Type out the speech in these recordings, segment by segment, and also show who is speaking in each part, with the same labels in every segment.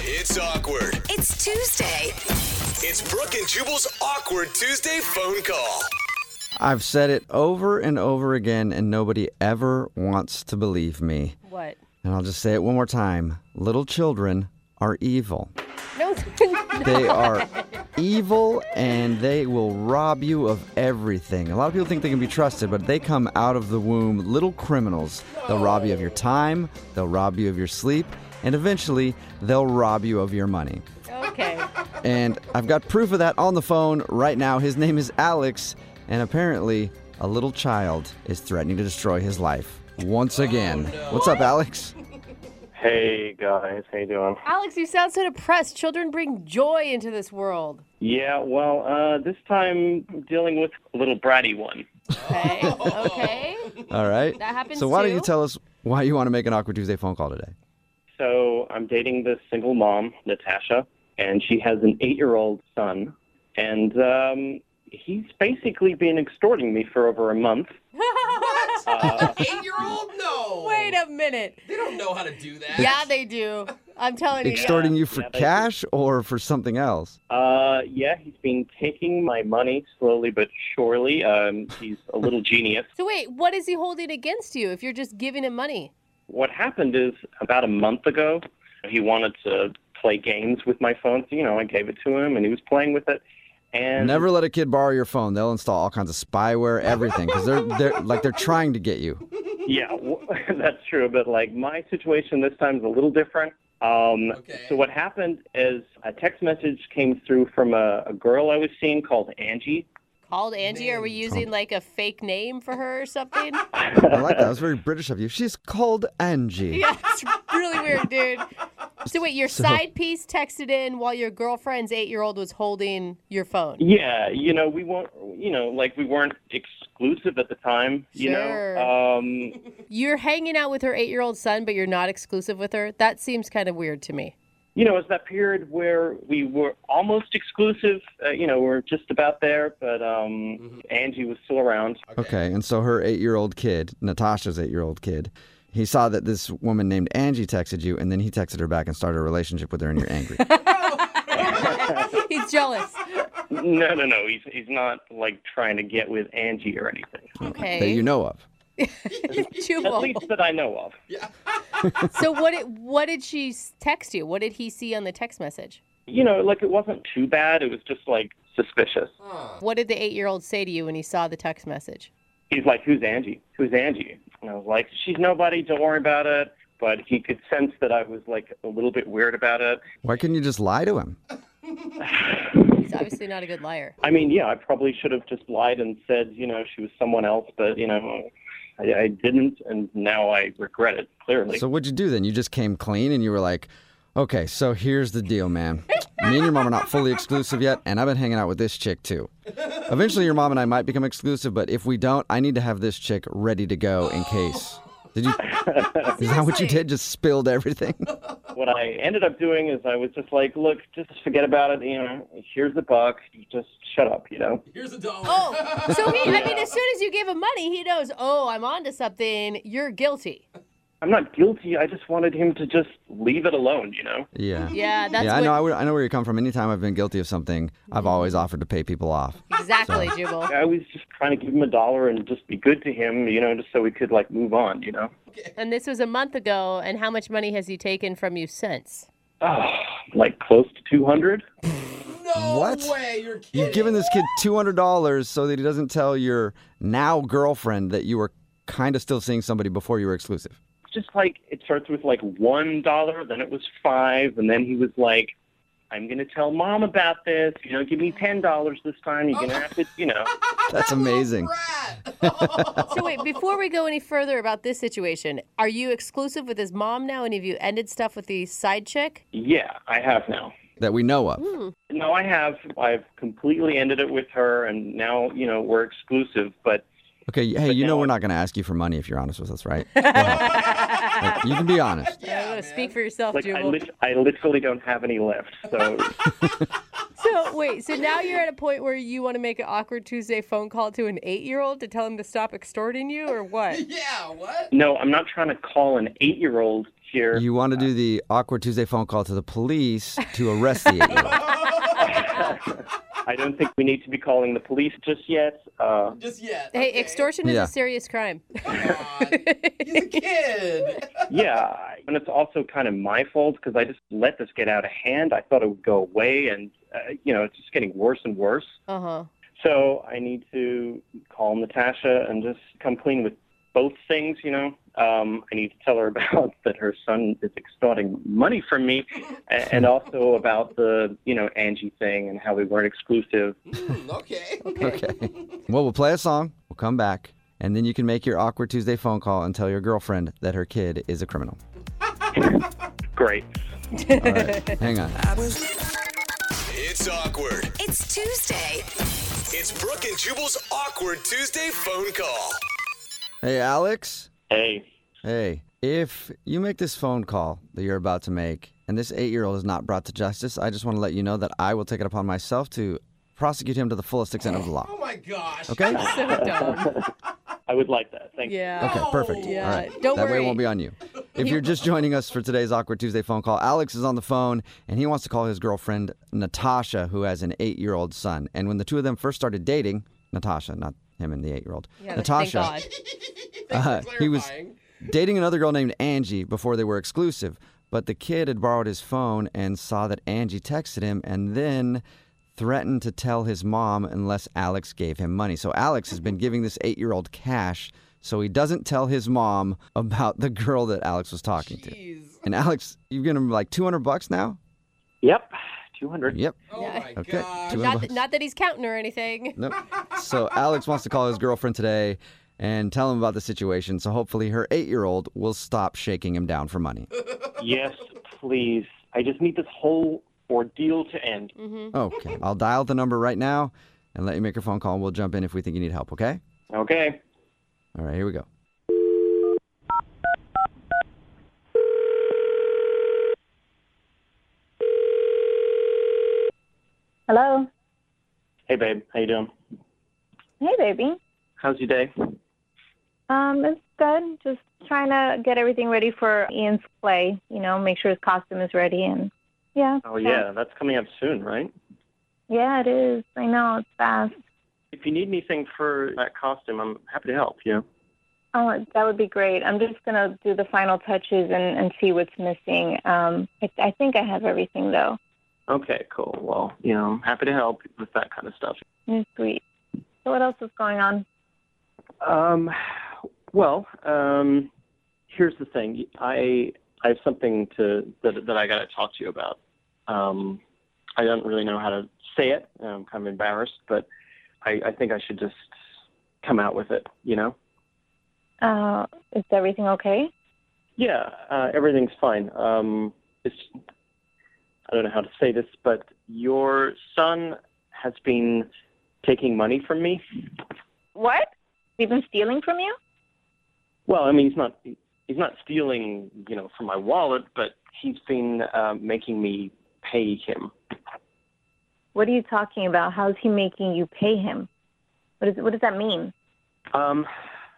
Speaker 1: It's awkward.
Speaker 2: It's Tuesday.
Speaker 1: It's Brooke and Jubal's awkward Tuesday phone call.
Speaker 3: I've said it over and over again, and nobody ever wants to believe me.
Speaker 4: What?
Speaker 3: And I'll just say it one more time little children are evil.
Speaker 4: No.
Speaker 3: They are evil and they will rob you of everything. A lot of people think they can be trusted, but they come out of the womb little criminals. They'll rob you of your time, they'll rob you of your sleep, and eventually they'll rob you of your money.
Speaker 4: okay.
Speaker 3: And I've got proof of that on the phone right now. His name is Alex, and apparently a little child is threatening to destroy his life once again. What's up, Alex?
Speaker 5: Hey guys, how you doing?
Speaker 4: Alex, you sound so depressed. Children bring joy into this world.
Speaker 5: Yeah, well, uh, this time dealing with a little bratty one.
Speaker 4: Okay. okay.
Speaker 3: All right.
Speaker 4: That happens
Speaker 3: So why don't
Speaker 4: too?
Speaker 3: you tell us why you want to make an awkward Tuesday phone call today?
Speaker 5: So I'm dating this single mom, Natasha, and she has an eight-year-old son, and um, he's basically been extorting me for over a month.
Speaker 6: Eight year old? No.
Speaker 4: Wait a minute.
Speaker 6: They don't know how to do that.
Speaker 4: Yeah, they do. I'm telling you.
Speaker 3: Extorting you for
Speaker 5: Yeah, they do.
Speaker 3: cash or for something else?
Speaker 5: Uh, yeah, he's been taking my money slowly but surely. Um, he's a little genius.
Speaker 4: So wait, what is he holding against you if you're just giving him money?
Speaker 5: What happened is about a month ago, he wanted to play games with my phone. So, you know, I gave it to him, and he was playing with it. And
Speaker 3: Never let a kid borrow your phone. They'll install all kinds of spyware, everything, because they're they're like they're trying to get you.
Speaker 5: Yeah, w- that's true. But like my situation this time is a little different. Um,
Speaker 6: Okay.
Speaker 5: So what happened is a text message came through from a, a girl I was seeing called Angie.
Speaker 4: Called Angie? Are we using like a fake name for her or something?
Speaker 3: I like that. That was very British of you. She's called Angie.
Speaker 4: yeah, it's really weird, dude. So wait, your side piece texted in while your girlfriend's eight-year-old was holding your phone.
Speaker 5: Yeah, you know we weren't, you know, like we weren't exclusive at the time. You
Speaker 4: Sure.
Speaker 5: know, um,
Speaker 4: You're hanging out with her eight-year-old son, but you're not exclusive with her. That seems kind of weird to me.
Speaker 5: you know, it's that period where we were almost exclusive. Uh, you know, we are just about there, but um, Angie was still around.
Speaker 3: Okay, and so her eight year old kid, Natasha's eight year old kid, he saw that this woman named Angie texted you, and then he texted her back and started a relationship with her, and you're angry.
Speaker 4: He's jealous.
Speaker 5: No, no, no. He's he's not like trying to get with Angie or anything.
Speaker 3: that
Speaker 4: Okay.
Speaker 3: you know of.
Speaker 5: At
Speaker 4: Jubal.
Speaker 5: least that I know of.
Speaker 4: So what did what did she s- text you? What did he see on the text message?
Speaker 5: you know, like it wasn't too bad. It was just like suspicious.
Speaker 4: What did the eight year old say to you when he saw the text message?
Speaker 5: He's like, "Who's Angie? Who's Angie?" And I was like, "She's nobody. Don't worry about it." But he could sense that I was like a little bit weird about it.
Speaker 3: Why couldn't you just lie to him?
Speaker 4: He's obviously not a good liar.
Speaker 5: I mean, yeah, I probably should have just lied and said, you know, she was someone else, but you know, I, I didn't, and now I regret it clearly.
Speaker 3: So what'd you do then? You just came clean and you were like, okay, so here's the deal, man. Me and your mom are not fully exclusive yet, and I've been hanging out with this chick too. Eventually, your mom and I might become exclusive, but if we don't, I need to have this chick ready to go in case. Did you? Is that what you
Speaker 4: Seriously.
Speaker 3: did? Just spilled everything?
Speaker 5: what I ended up doing is I was just like, look, just forget about it. You know, here's the buck. Just shut up. You know.
Speaker 6: Here's a dollar.
Speaker 4: Oh, so he, I mean, as soon as you give him money, he knows, oh, I'm onto something. You're guilty.
Speaker 5: I'm not guilty. I just wanted him to just leave it alone. You know.
Speaker 3: Yeah.
Speaker 4: Yeah, that's
Speaker 3: yeah, I
Speaker 4: what, Mm-hmm.
Speaker 3: know. I, would- I know where you come from. Anytime I've been guilty of something, I've always offered to pay people off.
Speaker 4: exactly, Jubal.
Speaker 5: I was just trying to give him a dollar and just be good to him, you know, just so we could like move on, you know.
Speaker 4: And this was a month ago. And how much money has he taken from you since?
Speaker 5: Oh, like close to 200.
Speaker 6: no
Speaker 3: What?
Speaker 6: way. You're kidding.
Speaker 3: You've given this kid two hundred dollars so that he doesn't tell your now girlfriend that you were kind of still seeing somebody before you were exclusive.
Speaker 5: Just like it starts with like one dollar, then it was five, and then he was like, "I'm gonna tell mom about this, you know, give me ten dollars this time. You're gonna have to, you know."
Speaker 3: That's amazing.
Speaker 4: So wait, before we go any further about this situation, are you exclusive with his mom now? And have you ended stuff with the side chick?
Speaker 5: Yeah, I have now.
Speaker 3: that we know of.
Speaker 4: Hmm.
Speaker 5: No, I have. I've completely ended it with her, and now you know we're exclusive. But
Speaker 3: Okay, hey, you know
Speaker 5: now-
Speaker 3: we're not going to ask you for money if you're honest with us, right? Like, you can be honest.
Speaker 4: I don't know, Speak for yourself,
Speaker 5: like I,
Speaker 4: Jubal.
Speaker 5: lit- I literally don't have any left. So
Speaker 4: So wait, so now you're at a point where you want to make an awkward Tuesday phone call to an eight-year-old to tell him to stop extorting you, or what?
Speaker 6: Yeah, what?
Speaker 5: No, I'm not trying to call an eight year old year.
Speaker 3: You want to do the awkward Tuesday phone call to the police to arrest the eight-year-old.
Speaker 5: I don't think we need to be calling the police just yet. Uh,
Speaker 6: Just yet.
Speaker 4: Hey,
Speaker 6: okay.
Speaker 4: extortion is
Speaker 3: Yeah.
Speaker 4: a serious crime.
Speaker 6: Come on. He's a kid.
Speaker 5: yeah, and it's also kind of my fault because I just let this get out of hand. I thought it would go away, and uh, you know, it's just getting worse and worse.
Speaker 4: Uh huh.
Speaker 5: So I need to call Natasha and just come clean with both things, you know. Um, I need to tell her about that her son is extorting money from me, a- and also about the, you know, Angie thing and how we weren't exclusive.
Speaker 6: Mm, okay.
Speaker 3: Okay. Well, we'll play a song. We'll come back. And then you can make your awkward Tuesday phone call and tell your girlfriend that her kid is a criminal.
Speaker 5: Great.
Speaker 3: All right. Hang on.
Speaker 1: It's awkward.
Speaker 2: It's Tuesday.
Speaker 1: It's Brooke and Jubal's awkward Tuesday phone call.
Speaker 3: Hey, Alex.
Speaker 5: Hey,
Speaker 3: Hey, if you make this phone call that you're about to make and this eight year old is not brought to justice, I just want to let you know that I will take it upon myself to prosecute him to the fullest extent of the law.
Speaker 6: Oh my gosh.
Speaker 3: Okay?
Speaker 4: So dumb.
Speaker 5: I would like that. Thank you.
Speaker 4: Yeah. Oh,
Speaker 3: Okay, perfect.
Speaker 4: Yeah,
Speaker 3: All right.
Speaker 4: don't
Speaker 3: that way
Speaker 4: worry.
Speaker 3: it won't be on you. If you're just joining us for today's Awkward Tuesday phone call, Alex is on the phone and he wants to call his girlfriend Natasha, who has an eight year old son. And when the two of them first started dating, Natasha, not him and the eight year old,
Speaker 4: Yeah, but
Speaker 3: Natasha,
Speaker 4: Thank God.
Speaker 6: Thanks
Speaker 3: Uh,
Speaker 6: for
Speaker 3: he was-
Speaker 6: clarifying.
Speaker 3: dating another girl named Angie before they were exclusive. But the kid had borrowed his phone and saw that Angie texted him and then threatened to tell his mom unless Alex gave him money. So Alex has been giving this eight year old cash so he doesn't tell his mom about the girl that Alex was talking to.
Speaker 6: Jeez.
Speaker 3: And Alex, you've given him like 200 bucks now?
Speaker 5: Yep. 200.
Speaker 3: Yep.
Speaker 6: Oh my
Speaker 3: Okay.
Speaker 6: gosh.
Speaker 3: Two-
Speaker 4: Not that, not that he's counting or anything.
Speaker 3: Nope. So Alex wants to call his girlfriend today and tell him about the situation. So hopefully her eight year old will stop shaking him down for money.
Speaker 5: Yes, please. I just need this whole ordeal to end.
Speaker 3: Okay. I'll dial the number right now and let you make your phone call and we'll jump in if we think you need help, okay?
Speaker 5: Okay.
Speaker 3: All right, here we go.
Speaker 7: Hello.
Speaker 5: Hey, babe. How you doing?
Speaker 7: Hey, baby.
Speaker 5: How's your day?
Speaker 7: Um, it's good. Just trying to get everything ready for Ian's play. You know, make sure his costume is ready and yeah.
Speaker 5: Oh, yeah. That's coming up soon, right?
Speaker 7: Yeah, it is. I know it's fast.
Speaker 5: If you need anything for that costume, I'm happy to help you.
Speaker 7: Oh, that would be great. I'm just gonna do the final touches and, and see what's missing. Um, I, I think I have everything though.
Speaker 5: Okay, cool. Well, you know, I'm happy to help with that kind of stuff.
Speaker 7: You're Mm, sweet. So what else is going on?
Speaker 5: Um, well, um, here's the thing. I I have something to that that I got to talk to you about. Um, I don't really know how to say it. and I'm kind of embarrassed, but I, I think I should just come out with it. You know?
Speaker 7: Uh, is everything okay?
Speaker 5: Yeah, uh, everything's fine. Um, it's I don't know how to say this, but your son has been taking money from me.
Speaker 7: What? We've been stealing from you?
Speaker 5: Well, I mean, he's not he's not stealing, you know, from my wallet, but he's been uh, making me pay him.
Speaker 7: What are you talking about? How is he making you pay him? What is what does that mean?
Speaker 5: Um,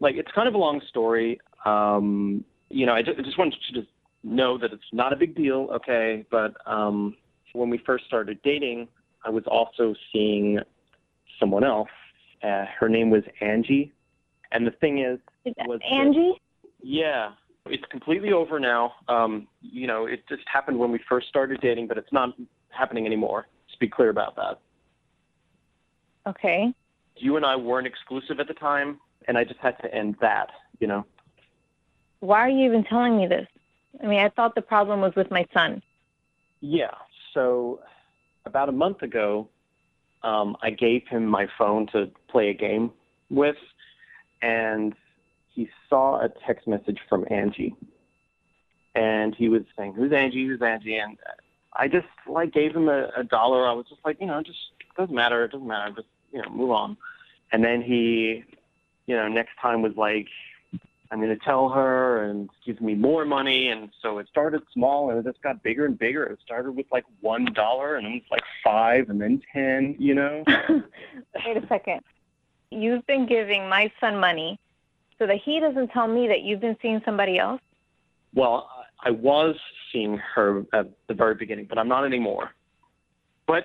Speaker 5: like it's kind of a long story. Um, you know, I just, I just wanted you to just know that it's not a big deal, okay? But um, when we first started dating, I was also seeing someone else. Uh, her name was Angie, and the thing is, Was the-
Speaker 7: Angie?
Speaker 5: Yeah, it's completely over now. Um, you know, it just happened when we first started dating, but it's not happening anymore. Let's be clear about that.
Speaker 7: Okay.
Speaker 5: You and I weren't exclusive at the time, and I just had to end that. You know.
Speaker 7: Why are you even telling me this? I mean, I thought the problem was with my son.
Speaker 5: Yeah. So, about a month ago, um, I gave him my phone to play a game with, and he saw a text message from Angie, and he was saying, "Who's Angie? Who's Angie?" And I just like gave him a, a dollar. I was just like, you know, just doesn't matter. It doesn't matter. Just you know, move on. And then he, you know, next time was like, I'm going to tell her and give me more money. And so it started small and it just got bigger and bigger. It started with like one dollar and it was like five and then ten, you know?
Speaker 7: Wait a second. You've been giving my son money so that he doesn't tell me that you've been seeing somebody else?
Speaker 5: Well, I was seeing her at the very beginning, but I'm not anymore. But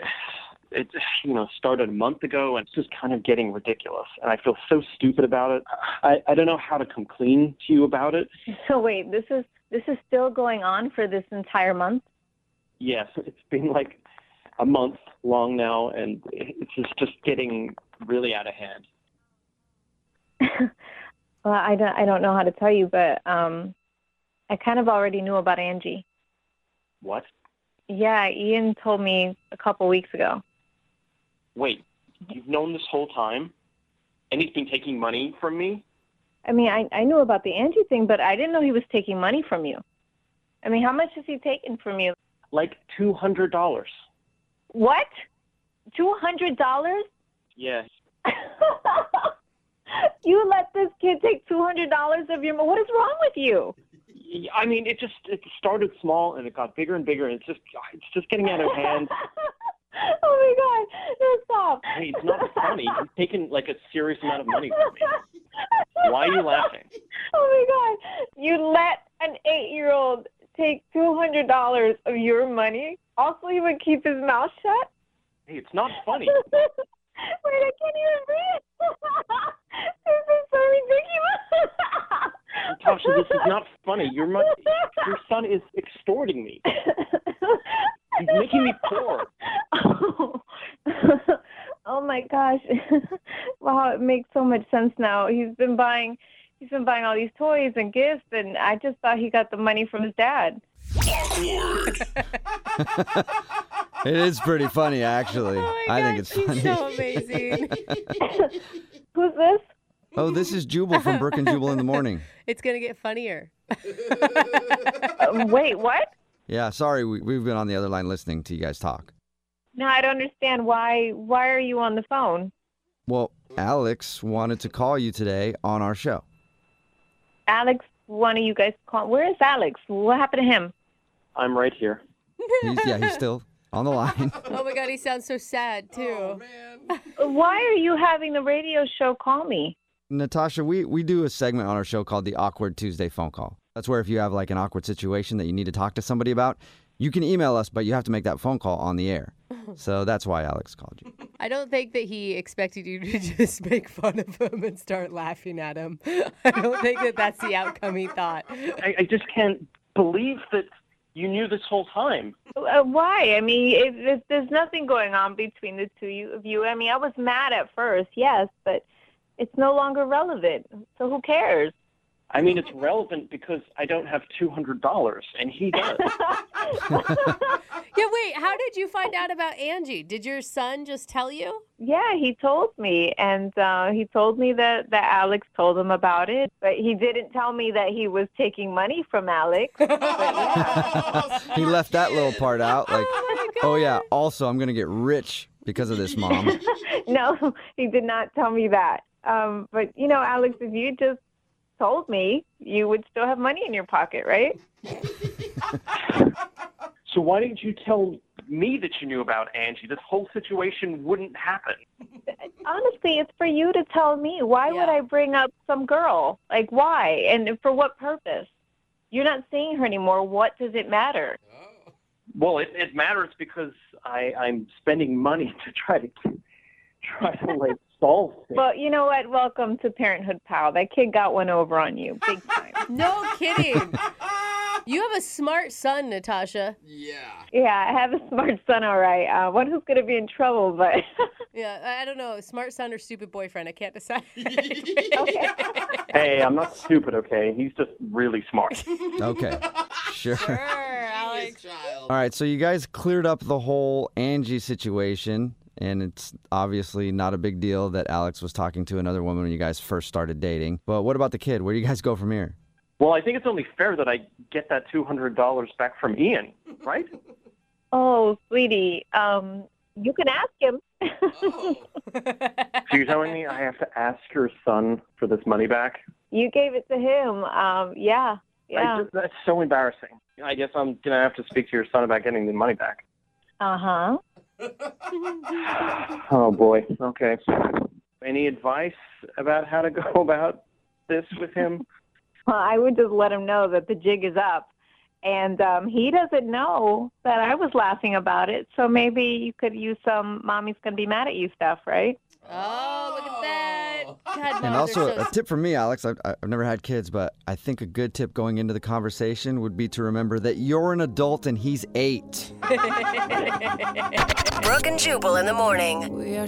Speaker 5: it, you know, started a month ago, and it's just kind of getting ridiculous. And I feel so stupid about it. I, I don't know how to come clean to you about it.
Speaker 7: So wait, this is this is still going on for this entire month.
Speaker 5: Yes, it's been like a month long now, and it's just, just getting really out of hand.
Speaker 7: Well, I don't I don't know how to tell you, but um, I kind of already knew about Angie.
Speaker 5: What?
Speaker 7: Yeah, Ian told me a couple weeks ago.
Speaker 5: Wait, you've known this whole time, and he's been taking money from me?
Speaker 7: I mean, I I knew about the Angie thing, but I didn't know he was taking money from you. I mean, how much is he taking from you?
Speaker 5: Like two hundred dollars.
Speaker 7: What? Two hundred dollars?
Speaker 5: Yeah,
Speaker 7: You let this kid take two hundred dollars of your. mo- What is wrong with you?
Speaker 5: I mean, it just it started small and it got bigger and bigger, and it's just it's just getting out of hand.
Speaker 7: oh my God! No, stop.
Speaker 5: Hey, it's not funny. He's taking like a serious amount of money from me. Why are you laughing?
Speaker 7: Oh my God! You let an eight-year-old take two hundred dollars of your money. Also, he would keep his mouth shut.
Speaker 5: Hey, it's not funny.
Speaker 7: Wait, I can't even breathe. this is so ridiculous.
Speaker 5: Tasha, this is not funny. Your my, your son is extorting me. He's making me poor.
Speaker 7: oh. oh my gosh. wow, it makes so much sense now. He's been buying he's been buying all these toys and gifts and I just thought he got the money from his dad.
Speaker 1: Awkward.
Speaker 3: It is pretty funny, actually.
Speaker 4: Oh my
Speaker 3: I
Speaker 4: God,
Speaker 3: think it's
Speaker 4: she's
Speaker 3: funny.
Speaker 4: so amazing.
Speaker 7: Who's this?
Speaker 3: oh, this is Jubal from Brook and Jubal in the Morning.
Speaker 4: it's gonna get funnier.
Speaker 7: Uh, wait, what?
Speaker 3: Yeah, sorry, we, we've been on the other line listening to you guys talk.
Speaker 7: No, I don't understand why why are you on the phone?
Speaker 3: Well, Alex wanted to call you today on our show.
Speaker 7: Alex, one of you guys call where is Alex? What happened to him?
Speaker 5: I'm right here.
Speaker 3: He's, yeah, he's still on the line.
Speaker 4: Oh my God, he sounds so sad too.
Speaker 6: Oh, man.
Speaker 7: Why are you having the radio show call me?
Speaker 3: Natasha, we, we do a segment on our show called the Awkward Tuesday Phone Call. That's where if you have like an awkward situation that you need to talk to somebody about, you can email us, but you have to make that phone call on the air. So that's why Alex called you.
Speaker 4: I don't think that he expected you to just make fun of him and start laughing at him. I don't think that that's the outcome he thought.
Speaker 5: I, I just can't believe that you knew this whole time.
Speaker 7: Uh, why? I mean, if, if there's nothing going on between the two you- of you, I mean, I was mad at first, yes, but it's no longer relevant. So who cares?
Speaker 5: I mean, it's relevant because I don't have two hundred dollars, and he does.
Speaker 4: Yeah, wait, how did you find out about Angie? Did your son just tell you?
Speaker 7: Yeah, he told me, and uh, he told me that, that Alex told him about it, but he didn't tell me that he was taking money from Alex.
Speaker 3: he left that little part out. Like, oh, yeah, also, I'm going to get rich because of this, mom.
Speaker 7: no, he did not tell me that. Um, but, you know, Alex, if you just told me, you would still have money in your pocket, right?
Speaker 5: So why didn't you tell me that you knew about Angie? This whole situation wouldn't happen.
Speaker 7: honestly, it's for you to tell me. Why would
Speaker 4: Yeah.
Speaker 7: I bring up some girl? Like, why? And for what purpose? You're not seeing her anymore. What does it matter?
Speaker 5: Well, it, it matters because I, I'm spending money to try to try to like solve things.
Speaker 7: Well, you know what? Welcome to parenthood, pal. That kid got one over on you, big time.
Speaker 4: No kidding. You have a smart son, Natasha.
Speaker 6: yeah.
Speaker 7: yeah, I have a smart son, all right. Uh, one who's going to be in trouble, but
Speaker 4: Yeah, I- I don't know, smart son or stupid boyfriend. I can't decide.
Speaker 7: okay.
Speaker 5: hey, I'm not stupid, okay? He's just really smart.
Speaker 3: Okay, sure.
Speaker 4: Sure, Alex.
Speaker 6: Genius child.
Speaker 3: All right, so you guys cleared up the whole Angie situation, and it's obviously not a big deal that Alex was talking to another woman when you guys first started dating. But what about the kid? Where do you guys go from here?
Speaker 5: well, I think it's only fair that I get that two hundred dollars back from Ian, right?
Speaker 7: Oh, sweetie, um, you can ask him.
Speaker 6: Oh.
Speaker 5: So you're telling me I have to ask your son for this money back?
Speaker 7: you gave it to him. Um,
Speaker 5: I
Speaker 7: yeah, yeah.
Speaker 5: just, that's so embarrassing. I guess I'm gonna have to speak to your son about getting the money back.
Speaker 7: Uh huh.
Speaker 5: Oh boy. Okay. Any advice about how to go about this with him?
Speaker 7: Well, I would just let him know that the jig is up and um, he doesn't know that I was laughing about it. So maybe you could use some "Mommy's gonna be mad at you" stuff, right?
Speaker 4: Oh, look at that.
Speaker 3: And
Speaker 4: God,
Speaker 6: Oh,
Speaker 4: moms are
Speaker 3: also,
Speaker 4: so
Speaker 3: a tip from me, Alex. I've, I've never had kids, but I think a good tip going into the conversation would be to remember that you're an adult and he's eight.
Speaker 2: Brooke and Jubal in the morning.